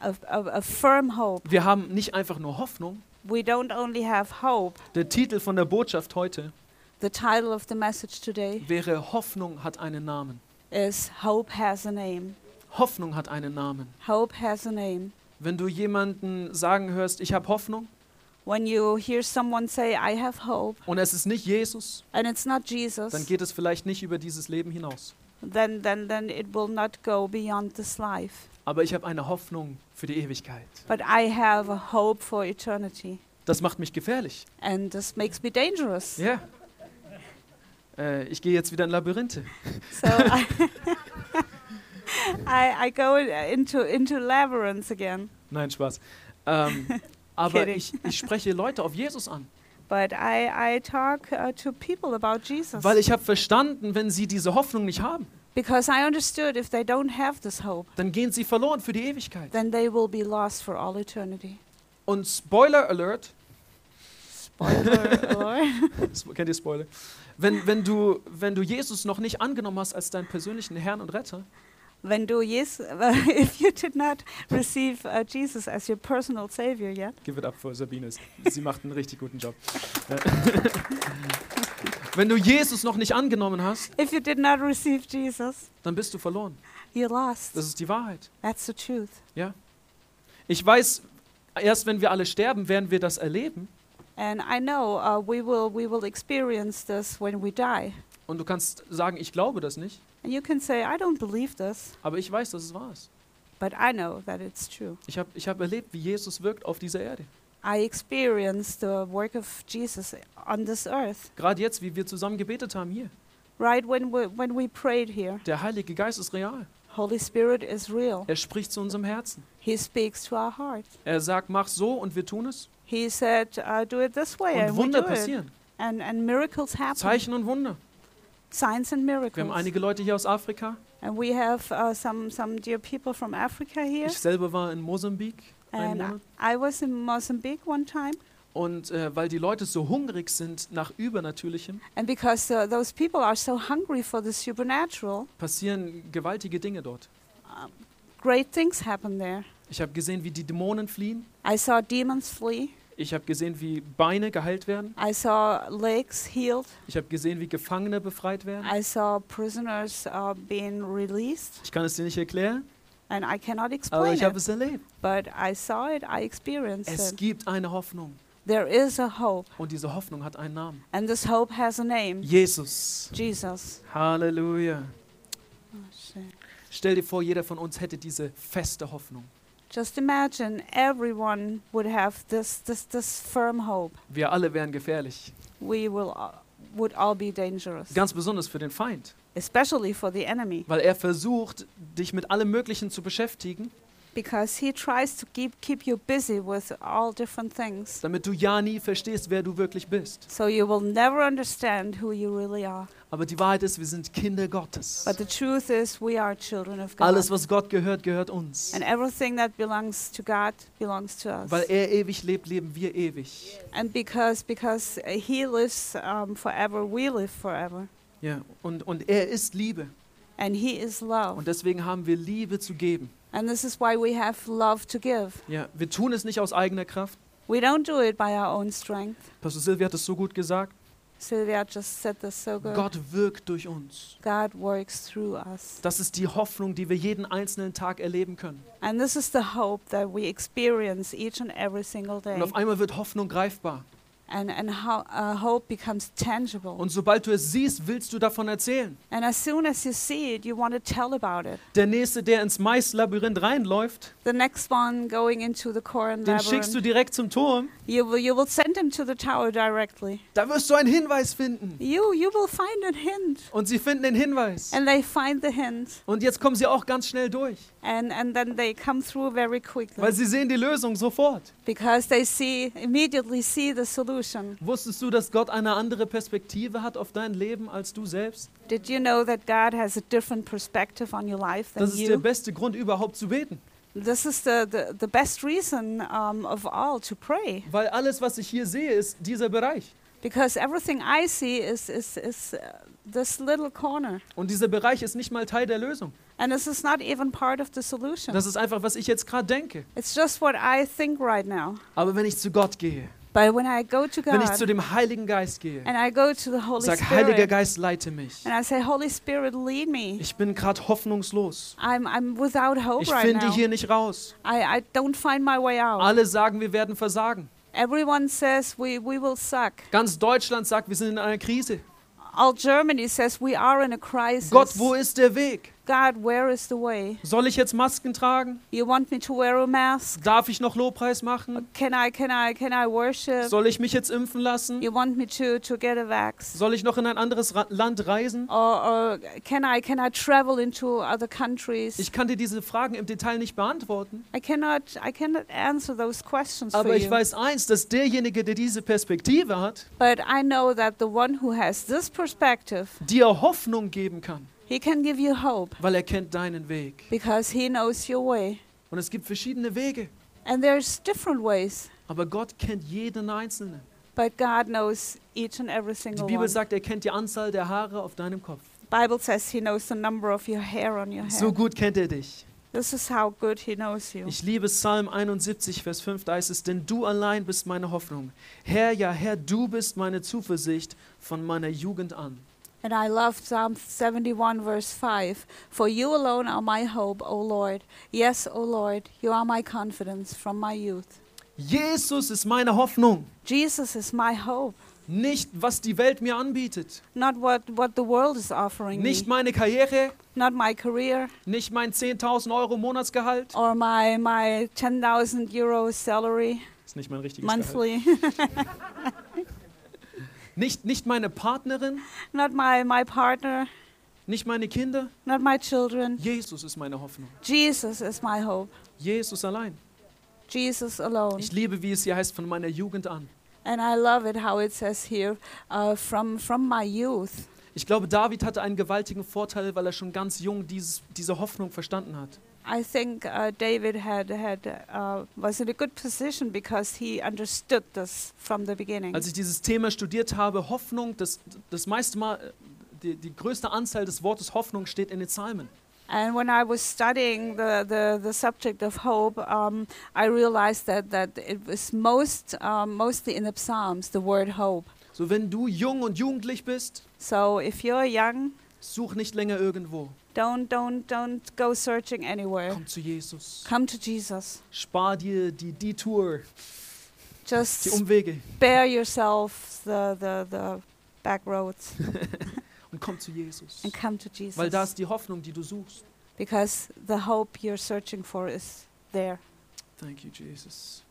S2: A, a, a firm hope.
S1: Wir haben nicht einfach nur Hoffnung.
S2: We don't only have hope.
S1: Der Titel von der Botschaft heute
S2: The title of the message today
S1: wäre Hoffnung hat einen Namen.
S2: is Hope Has a Name.
S1: Hoffnung hat einen Namen.
S2: Hope Has a Name.
S1: Wenn du jemanden sagen hörst, ich habe Hoffnung
S2: When you hear someone say, I have hope,
S1: und es ist nicht Jesus,
S2: and it's not
S1: dann
S2: Jesus,
S1: geht es vielleicht nicht über dieses Leben hinaus.
S2: then, then, then it will not go beyond this life.
S1: Aber ich habe eine Hoffnung für die Ewigkeit.
S2: But I have a hope for eternity.
S1: Das macht mich gefährlich.
S2: And this makes me dangerous.
S1: Ja. Äh, ich gehe jetzt wieder in Labyrinthe.
S2: So I, I, I go in- into, into labyrinths again.
S1: Nein, Spaß. Ähm, aber
S2: Kidding.
S1: ich, ich spreche Leute auf Jesus an,
S2: But I, I talk uh, to people about Jesus.
S1: weil ich habe verstanden, wenn sie diese Hoffnung nicht haben,
S2: Because I understood if they don't have this hope,
S1: dann gehen sie verloren für die Ewigkeit.
S2: then they will be lost for all eternity.
S1: Und Spoiler Alert,
S2: Spoiler alert.
S1: Spo- kennt ihr Spoiler? Wenn, wenn, du, wenn du Jesus noch nicht angenommen hast als deinen persönlichen Herrn und Retter,
S2: When do yes, if you did not receive uh, Jesus as your personal savior yet,
S1: Give it up für Sabine. Sie macht einen richtig guten Job. Ja. Wenn du Jesus noch nicht angenommen hast,
S2: if you did not receive Jesus,
S1: dann bist du verloren.
S2: you're lost.
S1: Das ist die Wahrheit.
S2: That's the truth.
S1: Ich weiß, erst wenn wir alle sterben, werden wir das erleben.
S2: And I know uh, we will we will experience this when we die.
S1: Und du kannst sagen, ich glaube das nicht,
S2: And you can say, I don't believe this,
S1: aber ich weiß, dass es wahr ist.
S2: but I know that it's true.
S1: Ich habe ich hab erlebt, wie Jesus wirkt auf dieser Erde.
S2: I experienced the work of Jesus on this earth.
S1: Gerade jetzt, wie wir zusammen gebetet haben hier.
S2: Right when we, when we prayed here,
S1: Der Heilige Geist ist real.
S2: Holy Spirit is real.
S1: Er spricht zu unserem Herzen.
S2: He speaks to our heart.
S1: Er sagt, mach so und wir tun es.
S2: He said, uh, "Do it this way,"
S1: Und
S2: and we
S1: Wunder
S2: do it.
S1: passieren.
S2: And and miracles happen.
S1: Zeichen und Wunder.
S2: Signs and
S1: Wir haben
S2: miracles.
S1: einige Leute hier aus Afrika.
S2: and we have uh, some some dear people from Africa here.
S1: Ich selber war in Mosambik einen
S2: And I-
S1: Monat.
S2: I was in Mozambique one time.
S1: Und äh, weil die Leute so hungrig sind nach Übernatürlichem,
S2: And because uh, those people are so hungry for the supernatural,
S1: passieren gewaltige Dinge dort.
S2: um, great things happen there.
S1: Ich habe gesehen, wie die Dämonen fliehen.
S2: I saw demons flee.
S1: Ich habe gesehen, wie Beine geheilt werden.
S2: I saw legs healed.
S1: Ich habe gesehen, wie Gefangene befreit werden.
S2: I saw prisoners uh, being released.
S1: Ich kann es dir nicht erklären,
S2: And I cannot
S1: aber
S2: explain
S1: Oh, ich habe
S2: it,
S1: es erlebt.
S2: but I saw it, I experienced
S1: Es
S2: it.
S1: gibt eine Hoffnung
S2: There is a hope,
S1: und diese Hoffnung hat einen Namen.
S2: and this hope has a name
S1: Jesus.
S2: Jesus.
S1: Halleluja.
S2: Oh, shit.
S1: Stell dir vor, jeder von uns hätte diese feste Hoffnung.
S2: Just imagine everyone would have this, this, this firm hope.
S1: Wir alle wären gefährlich.
S2: We will, all- would all be dangerous,
S1: Ganz besonders für den Feind,
S2: especially for the enemy,
S1: weil er versucht, dich mit allem Möglichen zu beschäftigen,
S2: because he tries to keep, keep you busy with all different things.
S1: damit du ja nie verstehst, wer du wirklich bist.
S2: So you will never understand who you really are.
S1: Aber die Wahrheit ist, wir sind Kinder Gottes.
S2: But the truth is, we are children of God.
S1: Alles, was Gott gehört, gehört uns.
S2: And everything that belongs to God belongs to us.
S1: Weil er ewig lebt, leben wir ewig.
S2: and because, because uh, he lives um, forever, we live forever.
S1: Ja, und, und er ist Liebe.
S2: And he is love.
S1: Und deswegen haben wir Liebe zu geben.
S2: And this is why we have love to give.
S1: Ja, wir tun es nicht aus eigener Kraft.
S2: We don't do it by our own strength.
S1: Pastor Silvia hat es so gut gesagt.
S2: Sylvia just said this so good.
S1: Gott wirkt durch uns.
S2: God works through us.
S1: Das ist die Hoffnung, die wir jeden einzelnen Tag erleben können.
S2: And this is the hope that we experience each and every single day.
S1: Und auf einmal wird Hoffnung greifbar.
S2: And, and how uh, hope becomes tangible.
S1: Und sobald du es siehst, willst du davon erzählen.
S2: And as soon as you see it, you want to tell about it.
S1: Der Nächste, der ins Maislabyrinth reinläuft,
S2: The next one going into the Koran
S1: den schickst du
S2: labyrinth,
S1: direkt zum Turm.
S2: you will, you will send him to the tower directly.
S1: Da wirst du einen Hinweis finden.
S2: You, you will find a hint.
S1: Und sie finden den Hinweis.
S2: And they find the hint.
S1: Und jetzt kommen sie auch ganz schnell durch,
S2: And, and then they come through very quickly.
S1: weil sie sehen die Lösung sofort.
S2: Because they see, immediately see the solution.
S1: Wusstest du, dass Gott eine andere Perspektive hat auf dein Leben als du selbst?
S2: Did you know that God has a different perspective on your life than
S1: Das ist der
S2: you?
S1: beste Grund überhaupt zu beten,
S2: This is the, the, the best reason um, of all to pray.
S1: weil alles, was ich hier sehe, ist dieser Bereich.
S2: Because everything I see is, is, is uh, this little corner.
S1: Und dieser Bereich ist nicht mal Teil der Lösung.
S2: And this is not even part of the solution.
S1: Das ist einfach, was ich jetzt gerade denke.
S2: It's just what I think right now.
S1: Aber wenn ich zu Gott gehe,
S2: But when I go to
S1: wenn ich zu
S2: God
S1: dem Heiligen Geist gehe,
S2: and I go to the Holy
S1: sag, Heiliger
S2: Spirit
S1: Geist, leite mich.
S2: and I say, Holy Spirit, lead me.
S1: Ich bin gerade hoffnungslos.
S2: I'm, I'm without hope
S1: Ich
S2: right
S1: finde
S2: now.
S1: hier nicht raus.
S2: I, I don't find my way out.
S1: Alle sagen, wir werden versagen.
S2: Everyone says we, we will suck.
S1: Ganz Deutschland sagt, wir sind in einer Krise.
S2: All Germany says we are in a crisis.
S1: Gott, wo ist der Weg?
S2: God, where is the way?
S1: Soll ich jetzt Masken tragen?
S2: You want me to wear a mask?
S1: Darf ich noch Lobpreis machen?
S2: Can I, can I, can I worship?
S1: Soll ich mich jetzt impfen lassen?
S2: You want me to, to get a vax?
S1: Soll ich noch in ein anderes Ra Land reisen?
S2: Or, or can I, can I travel into other countries?
S1: Ich kann dir diese Fragen im Detail nicht beantworten,
S2: I cannot, I cannot answer those questions for
S1: aber ich
S2: you.
S1: weiß eins, dass derjenige, der diese Perspektive hat,
S2: But I know that the one who has this perspective,
S1: dir Hoffnung geben kann,
S2: he can give you hope
S1: weil er kennt deinen Weg.
S2: because he knows your way.
S1: Und es gibt verschiedene Wege,
S2: And there's different ways,
S1: aber Gott kennt jeden Einzelnen.
S2: but God knows each and every
S1: Die
S2: single
S1: Bibel
S2: one.
S1: sagt, er kennt die Anzahl der Haare auf deinem Kopf.
S2: Bible says he knows the number of your hair on your head.
S1: So gut kennt er dich.
S2: this is how good he knows you.
S1: Ich liebe Psalm 71, Vers 5, da heißt es, denn du allein bist meine Hoffnung. Herr, ja Herr, du bist meine Zuversicht von meiner Jugend an.
S2: And I love Psalm 71, verse 5. For you alone are my hope, O Lord. Yes, O Lord, you are my confidence from my youth.
S1: Jesus ist meine Hoffnung,
S2: Jesus is my hope.
S1: nicht was die Welt mir anbietet,
S2: not what, what the world is offering
S1: nicht
S2: me,
S1: meine Karriere,
S2: not my career
S1: nicht mein 10.000 Euro Monatsgehalt.
S2: or my, my 10,000 euro salary
S1: Ist nicht mein richtiges Gehalt.
S2: monthly,
S1: Nicht, nicht meine Partnerin,
S2: not my, my partner,
S1: nicht meine Kinder.
S2: not my children.
S1: Jesus ist meine Hoffnung.
S2: Jesus is my hope,
S1: Jesus allein.
S2: Jesus alone.
S1: Ich liebe, wie es hier heißt, von meiner Jugend an.
S2: And I love it how it says here uh, from, from my youth.
S1: Ich glaube, David hatte einen gewaltigen Vorteil, weil er schon ganz jung dieses, diese Hoffnung verstanden hat.
S2: I think uh, David had, had, uh, was in a good position because he understood this from the beginning.
S1: Als ich dieses Thema studiert habe, Hoffnung, das, das meiste Mal, äh, die, die größte Anzahl des Wortes Hoffnung steht in den Psalmen.
S2: And when I was studying the, the, the subject of hope, um, I realized that, that it was most, um, mostly in the Psalms, the word hope.
S1: So, wenn du jung und jugendlich bist,
S2: So if you're young,
S1: such nicht länger irgendwo.
S2: don't, don't, don't go searching anywhere.
S1: Komm zu Jesus.
S2: Come to Jesus.
S1: Spar dir die Detour, die
S2: Just
S1: Umwege
S2: spare yourself the, the, the back roads
S1: und komm zu Jesus.
S2: and come to
S1: Weil da
S2: Jesus.
S1: ist die Hoffnung, die du suchst.
S2: Because the hope you're searching for is there.
S1: Thank you, Jesus.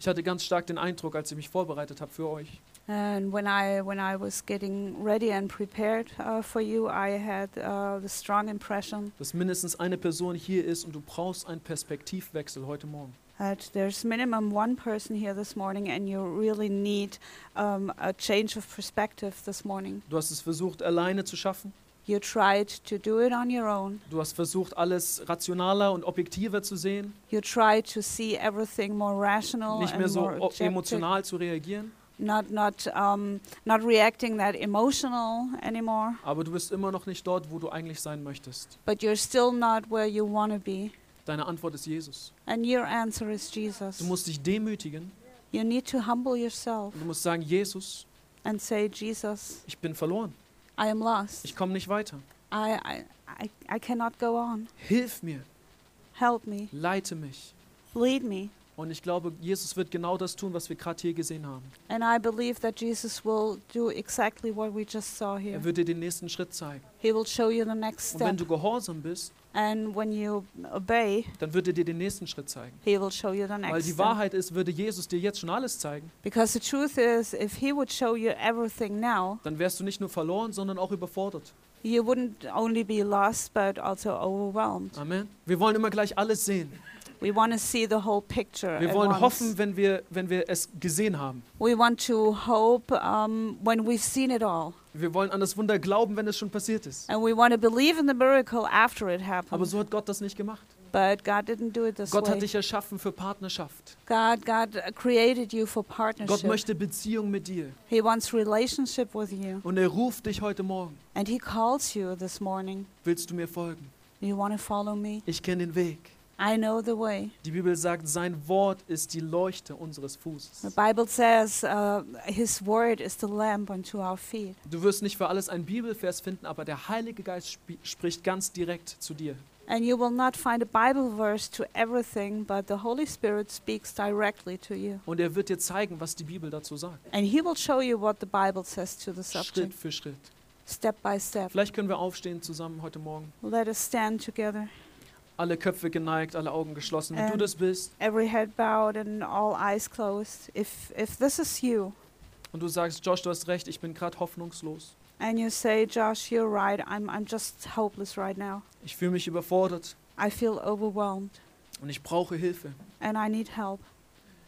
S1: Ich hatte ganz stark den Eindruck, als ich mich vorbereitet habe für euch,
S2: And when I when I was getting ready and prepared uh, for you, I had uh, the strong impression
S1: dass mindestens eine Person hier ist und du brauchst einen Perspektivwechsel heute Morgen.
S2: that there's minimum one person here this morning, and you really need um, a change of perspective this morning.
S1: Du hast es versucht, alleine zu schaffen.
S2: You tried to do it on your own.
S1: Du hast versucht, alles rationaler und objektiver zu sehen,
S2: You tried to see everything more rational
S1: nicht
S2: and
S1: mehr so
S2: more
S1: o-
S2: objective,
S1: emotional zu reagieren.
S2: not not um, not reacting that emotional anymore.
S1: Aber du bist immer noch nicht dort, wo du eigentlich sein möchtest.
S2: But you're still not where you want to be.
S1: Deine Antwort ist Jesus.
S2: And your answer is Jesus.
S1: Du musst dich demütigen
S2: You need to humble yourself
S1: und du musst sagen, Jesus,
S2: and say, Jesus,
S1: ich bin verloren.
S2: I am lost.
S1: Ich komme nicht weiter.
S2: I, I, I, I cannot go on.
S1: Hilf mir,
S2: Help me.
S1: leite mich.
S2: Lead me.
S1: Und ich glaube, Jesus wird genau das tun, was wir gerade hier gesehen haben.
S2: And I believe that Jesus will do exactly what we just saw here.
S1: Er wird dir den nächsten Schritt zeigen.
S2: He will show you the next
S1: Und wenn
S2: step.
S1: du gehorsam bist,
S2: And when you obey,
S1: dann wird er dir den nächsten Schritt zeigen.
S2: He will show you the
S1: Weil
S2: next
S1: die
S2: step.
S1: Wahrheit ist, würde Jesus dir jetzt schon alles zeigen,
S2: Because the truth is, if He would show you everything now,
S1: dann wärst du nicht nur verloren, sondern auch überfordert.
S2: you wouldn't only be lost, but also overwhelmed.
S1: Amen. Wir wollen immer gleich alles sehen.
S2: We want to see the whole picture.
S1: Wir
S2: at
S1: wollen
S2: once.
S1: hoffen, wenn wir, wenn wir es gesehen haben.
S2: We want to hope um, when we've seen it all.
S1: Wir wollen an das Wunder glauben, wenn es schon passiert ist.
S2: And we want to believe in the miracle after it
S1: Aber
S2: happens.
S1: so hat Gott das nicht gemacht.
S2: but God didn't do it this
S1: Gott
S2: way.
S1: hat dich erschaffen für Partnerschaft.
S2: God, God uh, created you for
S1: Gott
S2: partnership.
S1: möchte Beziehung mit dir.
S2: he wants relationship with you.
S1: Und er ruft dich heute Morgen.
S2: And He calls you this morning.
S1: Willst du mir folgen?
S2: You want to follow me?
S1: Ich kenne den Weg.
S2: I know the way.
S1: Die Bibel sagt, sein Wort ist die Leuchte unseres
S2: The
S1: Fußes.
S2: Bible says uh, His word is the lamp unto our feet.
S1: Du wirst nicht für alles einen Bibelvers finden, aber der Heilige Geist spi- spricht ganz direkt zu dir.
S2: And you will not find a Bible verse to everything, but the Holy Spirit speaks directly to you.
S1: Und er wird dir zeigen, was die Bibel dazu sagt.
S2: And He will show you what the Bible says to the subject,
S1: Schritt für Schritt.
S2: step by step.
S1: Vielleicht können wir aufstehen zusammen heute Morgen.
S2: Let us stand together,
S1: Alle Köpfe geneigt, alle Augen geschlossen. Wenn du
S2: Ähm.
S1: das bist
S2: every head bowed and all eyes closed. If, if this is you,
S1: und du sagst, Josh, du hast recht, ich bin gerade hoffnungslos.
S2: and you say, Josh, you're right, I'm, I'm just hopeless right now.
S1: Ich fühle mich überfordert
S2: I feel overwhelmed
S1: und ich brauche Hilfe.
S2: and I need help.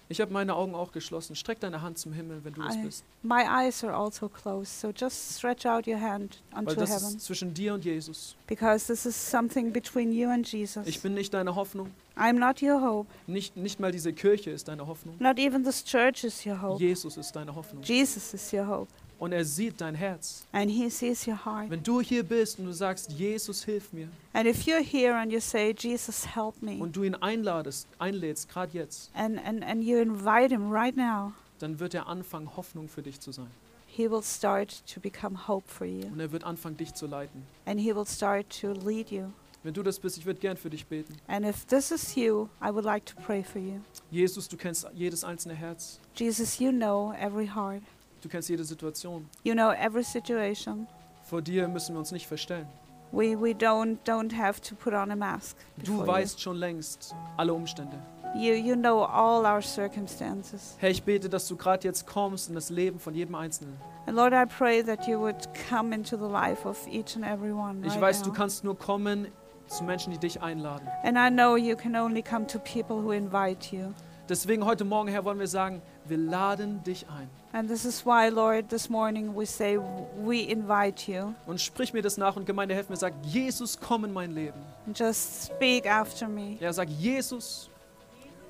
S1: Ich habe meine Augen auch geschlossen. Streck deine Hand zum Himmel, wenn du das
S2: Ei.
S1: bist.
S2: My eyes are also closed, so just stretch out your hand
S1: Weil
S2: unto
S1: das
S2: heaven
S1: ist zwischen dir und Jesus.
S2: because this is something between you and Jesus.
S1: Ich bin nicht deine Hoffnung.
S2: I'm not your hope.
S1: Nicht, nicht mal diese Kirche ist deine Hoffnung.
S2: Not even this church is your hope.
S1: Jesus ist deine Hoffnung.
S2: Jesus is your hope,
S1: Und er sieht dein Herz.
S2: and He sees your heart.
S1: Wenn du hier bist und du sagst, Jesus, hilf mir,
S2: And if you're here and you say, Jesus, help me,
S1: und du ihn einladest, einlädst, gerade jetzt,
S2: and, and, and you invite Him right now,
S1: dann wird er anfangen, Hoffnung für dich zu sein.
S2: He will start to become hope for you,
S1: Und er wird anfangen, dich zu leiten.
S2: and He will start to lead you.
S1: Wenn du das bist, ich würde gern für dich beten.
S2: And if this is you, I would like to pray for you.
S1: Jesus, du kennst jedes einzelne Herz.
S2: Jesus, you know every heart,
S1: Du kennst jede Situation.
S2: you know every situation.
S1: Vor dir müssen wir uns nicht verstellen.
S2: We, we don't, don't have to put on a mask.
S1: Du
S2: before
S1: weißt schon längst alle Umstände.
S2: you. you. You know all our circumstances.
S1: Herr, ich bete, dass du gerade jetzt kommst in das Leben von jedem Einzelnen.
S2: And Lord, I pray that you would come into the life of each and every one.
S1: Ich
S2: right
S1: weiß,
S2: now.
S1: du kannst nur kommen zu Menschen, die dich einladen.
S2: And I know you can only come to people who invite you.
S1: Deswegen heute Morgen, Herr, wollen wir sagen, wir laden dich ein.
S2: And this is why, Lord, this morning we say, We invite you.
S1: Und sprich mir das nach und Gemeinde, helf mir, sag, Jesus, komm in mein Leben.
S2: Just speak after me.
S1: Ja, sag, Jesus,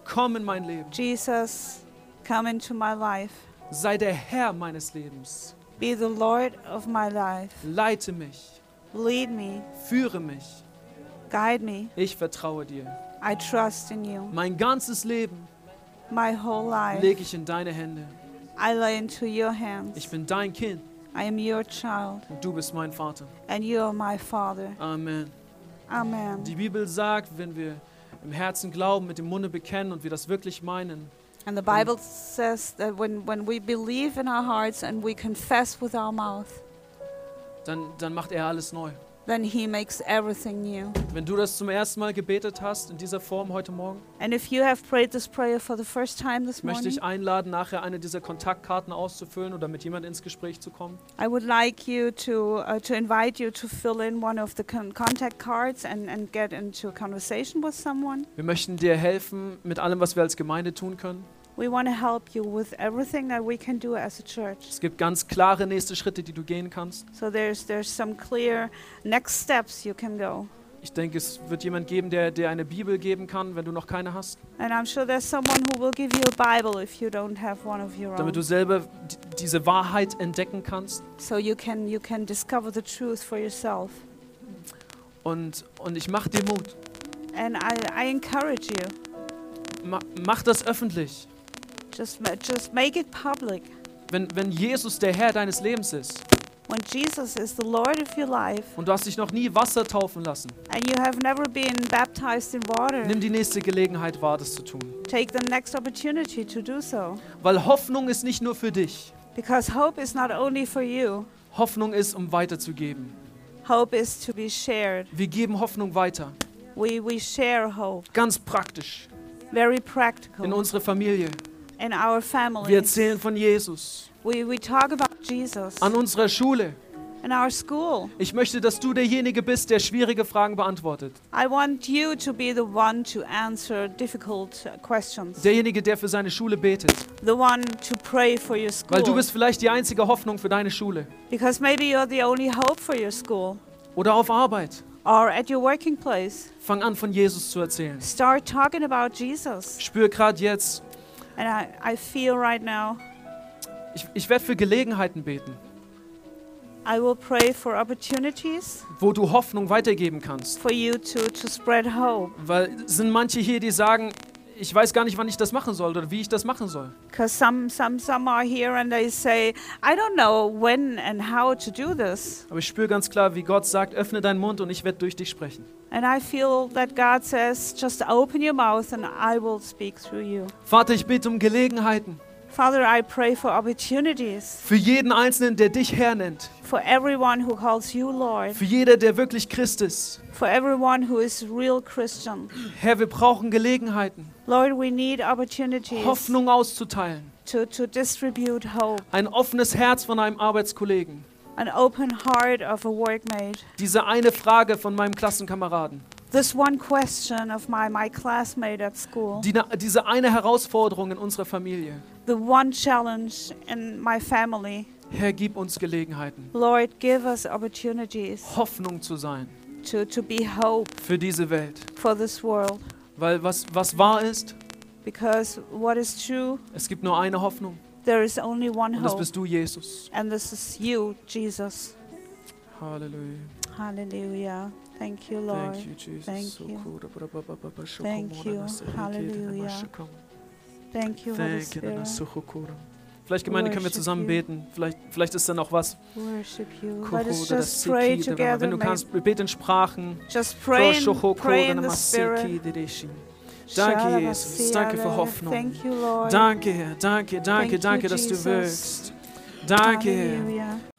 S1: komm in mein Leben.
S2: Jesus, come into my life.
S1: Sei der Herr meines Lebens.
S2: Be the Lord of my life.
S1: Leite mich,
S2: Lead me,
S1: führe mich.
S2: guide me.
S1: Ich vertraue dir.
S2: I trust in you.
S1: Mein ganzes Leben
S2: My whole life
S1: lege ich in deine Hände.
S2: I lay into your
S1: Ich
S2: hands.
S1: bin dein Kind
S2: I am your child,
S1: und du bist mein Vater.
S2: and you are my Father.
S1: Amen.
S2: Amen.
S1: Die Bibel sagt, wenn wir im Herzen glauben, mit dem Munde bekennen und wir das wirklich meinen,
S2: And the Bible says that when, when we believe in our hearts and we confess with our mouth,
S1: dann, dann macht er alles neu.
S2: then He makes everything new.
S1: Wenn du das zum ersten Mal gebetet hast, in dieser Form heute Morgen,
S2: And if you have prayed this prayer for the first time this
S1: möchte
S2: morning,
S1: ich einladen, nachher eine dieser Kontaktkarten auszufüllen oder mit jemand ins Gespräch zu kommen.
S2: I would like you to uh, to invite you to fill in one of the con- contact cards and, and get into a conversation with someone.
S1: Wir möchten dir helfen mit allem, was wir als Gemeinde tun können.
S2: We want to help you with everything that we can do as a church.
S1: Es gibt ganz klare nächste Schritte, die du gehen kannst.
S2: So there's there's some clear next steps you can go.
S1: Ich denke, es wird jemand geben, der dir eine Bibel geben kann, wenn du noch keine hast,
S2: And I'm sure there's someone who will give you a Bible if you don't have one of your
S1: damit du
S2: own.
S1: selber di- diese Wahrheit entdecken kannst.
S2: So you can you can discover the truth for yourself.
S1: Und, und ich mache dir Mut.
S2: And I, I encourage you.
S1: Ma mach das öffentlich.
S2: Just ma- just make it public.
S1: Wenn, wenn Jesus der Herr deines Lebens ist
S2: When Jesus is the Lord of your life
S1: und du hast dich noch nie Wasser taufen lassen,
S2: and you have never been baptized in water,
S1: nimm die nächste Gelegenheit wahr, das zu tun.
S2: take the next opportunity to do so.
S1: Weil Hoffnung ist nicht nur für dich.
S2: Because hope is not only for you.
S1: Hoffnung ist, um weiterzugeben.
S2: Hope is to be shared.
S1: Wir geben Hoffnung weiter.
S2: We we share hope.
S1: Ganz praktisch.
S2: Very
S1: In
S2: practical
S1: unsere Familie.
S2: in our
S1: Wir
S2: families.
S1: erzählen von Jesus.
S2: We, we talk about Jesus
S1: An unserer Schule.
S2: in our school.
S1: Ich möchte, dass du derjenige bist, der schwierige Fragen beantwortet.
S2: I want you to be the one to answer difficult uh, questions,
S1: Derjenige, der für seine Schule betet.
S2: the one to pray for your
S1: Weil du
S2: school.
S1: bist vielleicht die einzige Hoffnung für deine Schule.
S2: Because maybe you're the only hope for your school
S1: Oder auf Arbeit.
S2: or at your working place.
S1: Fang an, von Jesus zu erzählen.
S2: Start talking about Jesus.
S1: Spür gerade jetzt,
S2: And I, I feel right now
S1: ich, ich werde für Gelegenheiten beten,
S2: I will pray for opportunities
S1: wo du Hoffnung weitergeben kannst.
S2: for you to, to spread hope.
S1: Weil es sind manche hier, die sagen, ich weiß gar nicht, wann ich das machen soll oder wie ich das machen soll.
S2: Because some, some, some are here and they say, I don't know when and how to do this.
S1: Aber ich spüre ganz klar, wie Gott sagt, öffne deinen Mund und ich werde durch dich sprechen.
S2: And I feel that God says, just open your mouth and I will speak through you.
S1: Vater, ich bete um Gelegenheiten
S2: Father, I pray for opportunities
S1: für jeden Einzelnen, der dich Herr nennt.
S2: for everyone who calls you Lord,
S1: Für jeder, der wirklich Christ ist.
S2: for everyone who is real Christian.
S1: Herr, wir brauchen Gelegenheiten,
S2: Lord, we need opportunities
S1: Hoffnung auszuteilen.
S2: to, to distribute hope,
S1: Ein offenes Herz von einem Arbeitskollegen.
S2: an open heart of a workmate.
S1: Diese eine Frage von meinem Klassenkameraden.
S2: This one question of my, my classmate at school,
S1: Die, diese eine Herausforderung in unserer Familie.
S2: the one challenge in my family.
S1: Herr, gib uns Gelegenheiten,
S2: Lord, give us opportunities
S1: Hoffnung zu sein
S2: to, to be hope
S1: für diese Welt.
S2: for this world.
S1: Weil was, was wahr ist,
S2: Because what is true,
S1: es gibt nur eine Hoffnung.
S2: there is only one
S1: Und das
S2: hope,
S1: bist du, Jesus.
S2: and this is you, Jesus.
S1: Halleluja.
S2: Hallelujah. Thank you, Lord.
S1: Thank you, Jesus.
S2: Thank
S1: So
S2: you.
S1: cool.
S2: Thank you. Hallelujah. Thank you, Holy
S1: Thank you, Nana
S2: Spirit.
S1: Suchokura. Vielleicht, Gemeinde, können wir
S2: Worship
S1: zusammen
S2: you.
S1: beten. Vielleicht, vielleicht ist dann auch was.
S2: Worship you. Let us
S1: Kuchoda,
S2: just pray
S1: Siki, Dana. Wenn
S2: together.
S1: du
S2: May
S1: kannst, bete in Sprachen.
S2: just pray in,
S1: Proshochokura,
S2: pray in the
S1: Dana,
S2: Spirit.
S1: Siki, Didishi. Danke,
S2: Shalom,
S1: Jesus.
S2: Sia,
S1: Danke für
S2: Lord.
S1: Hoffnung.
S2: Thank you, Lord.
S1: Danke, Herr, danke, danke,
S2: Thank
S1: danke,
S2: you,
S1: dass du
S2: Jesus.
S1: wirkst. Danke, Herr.
S2: Hallelujah.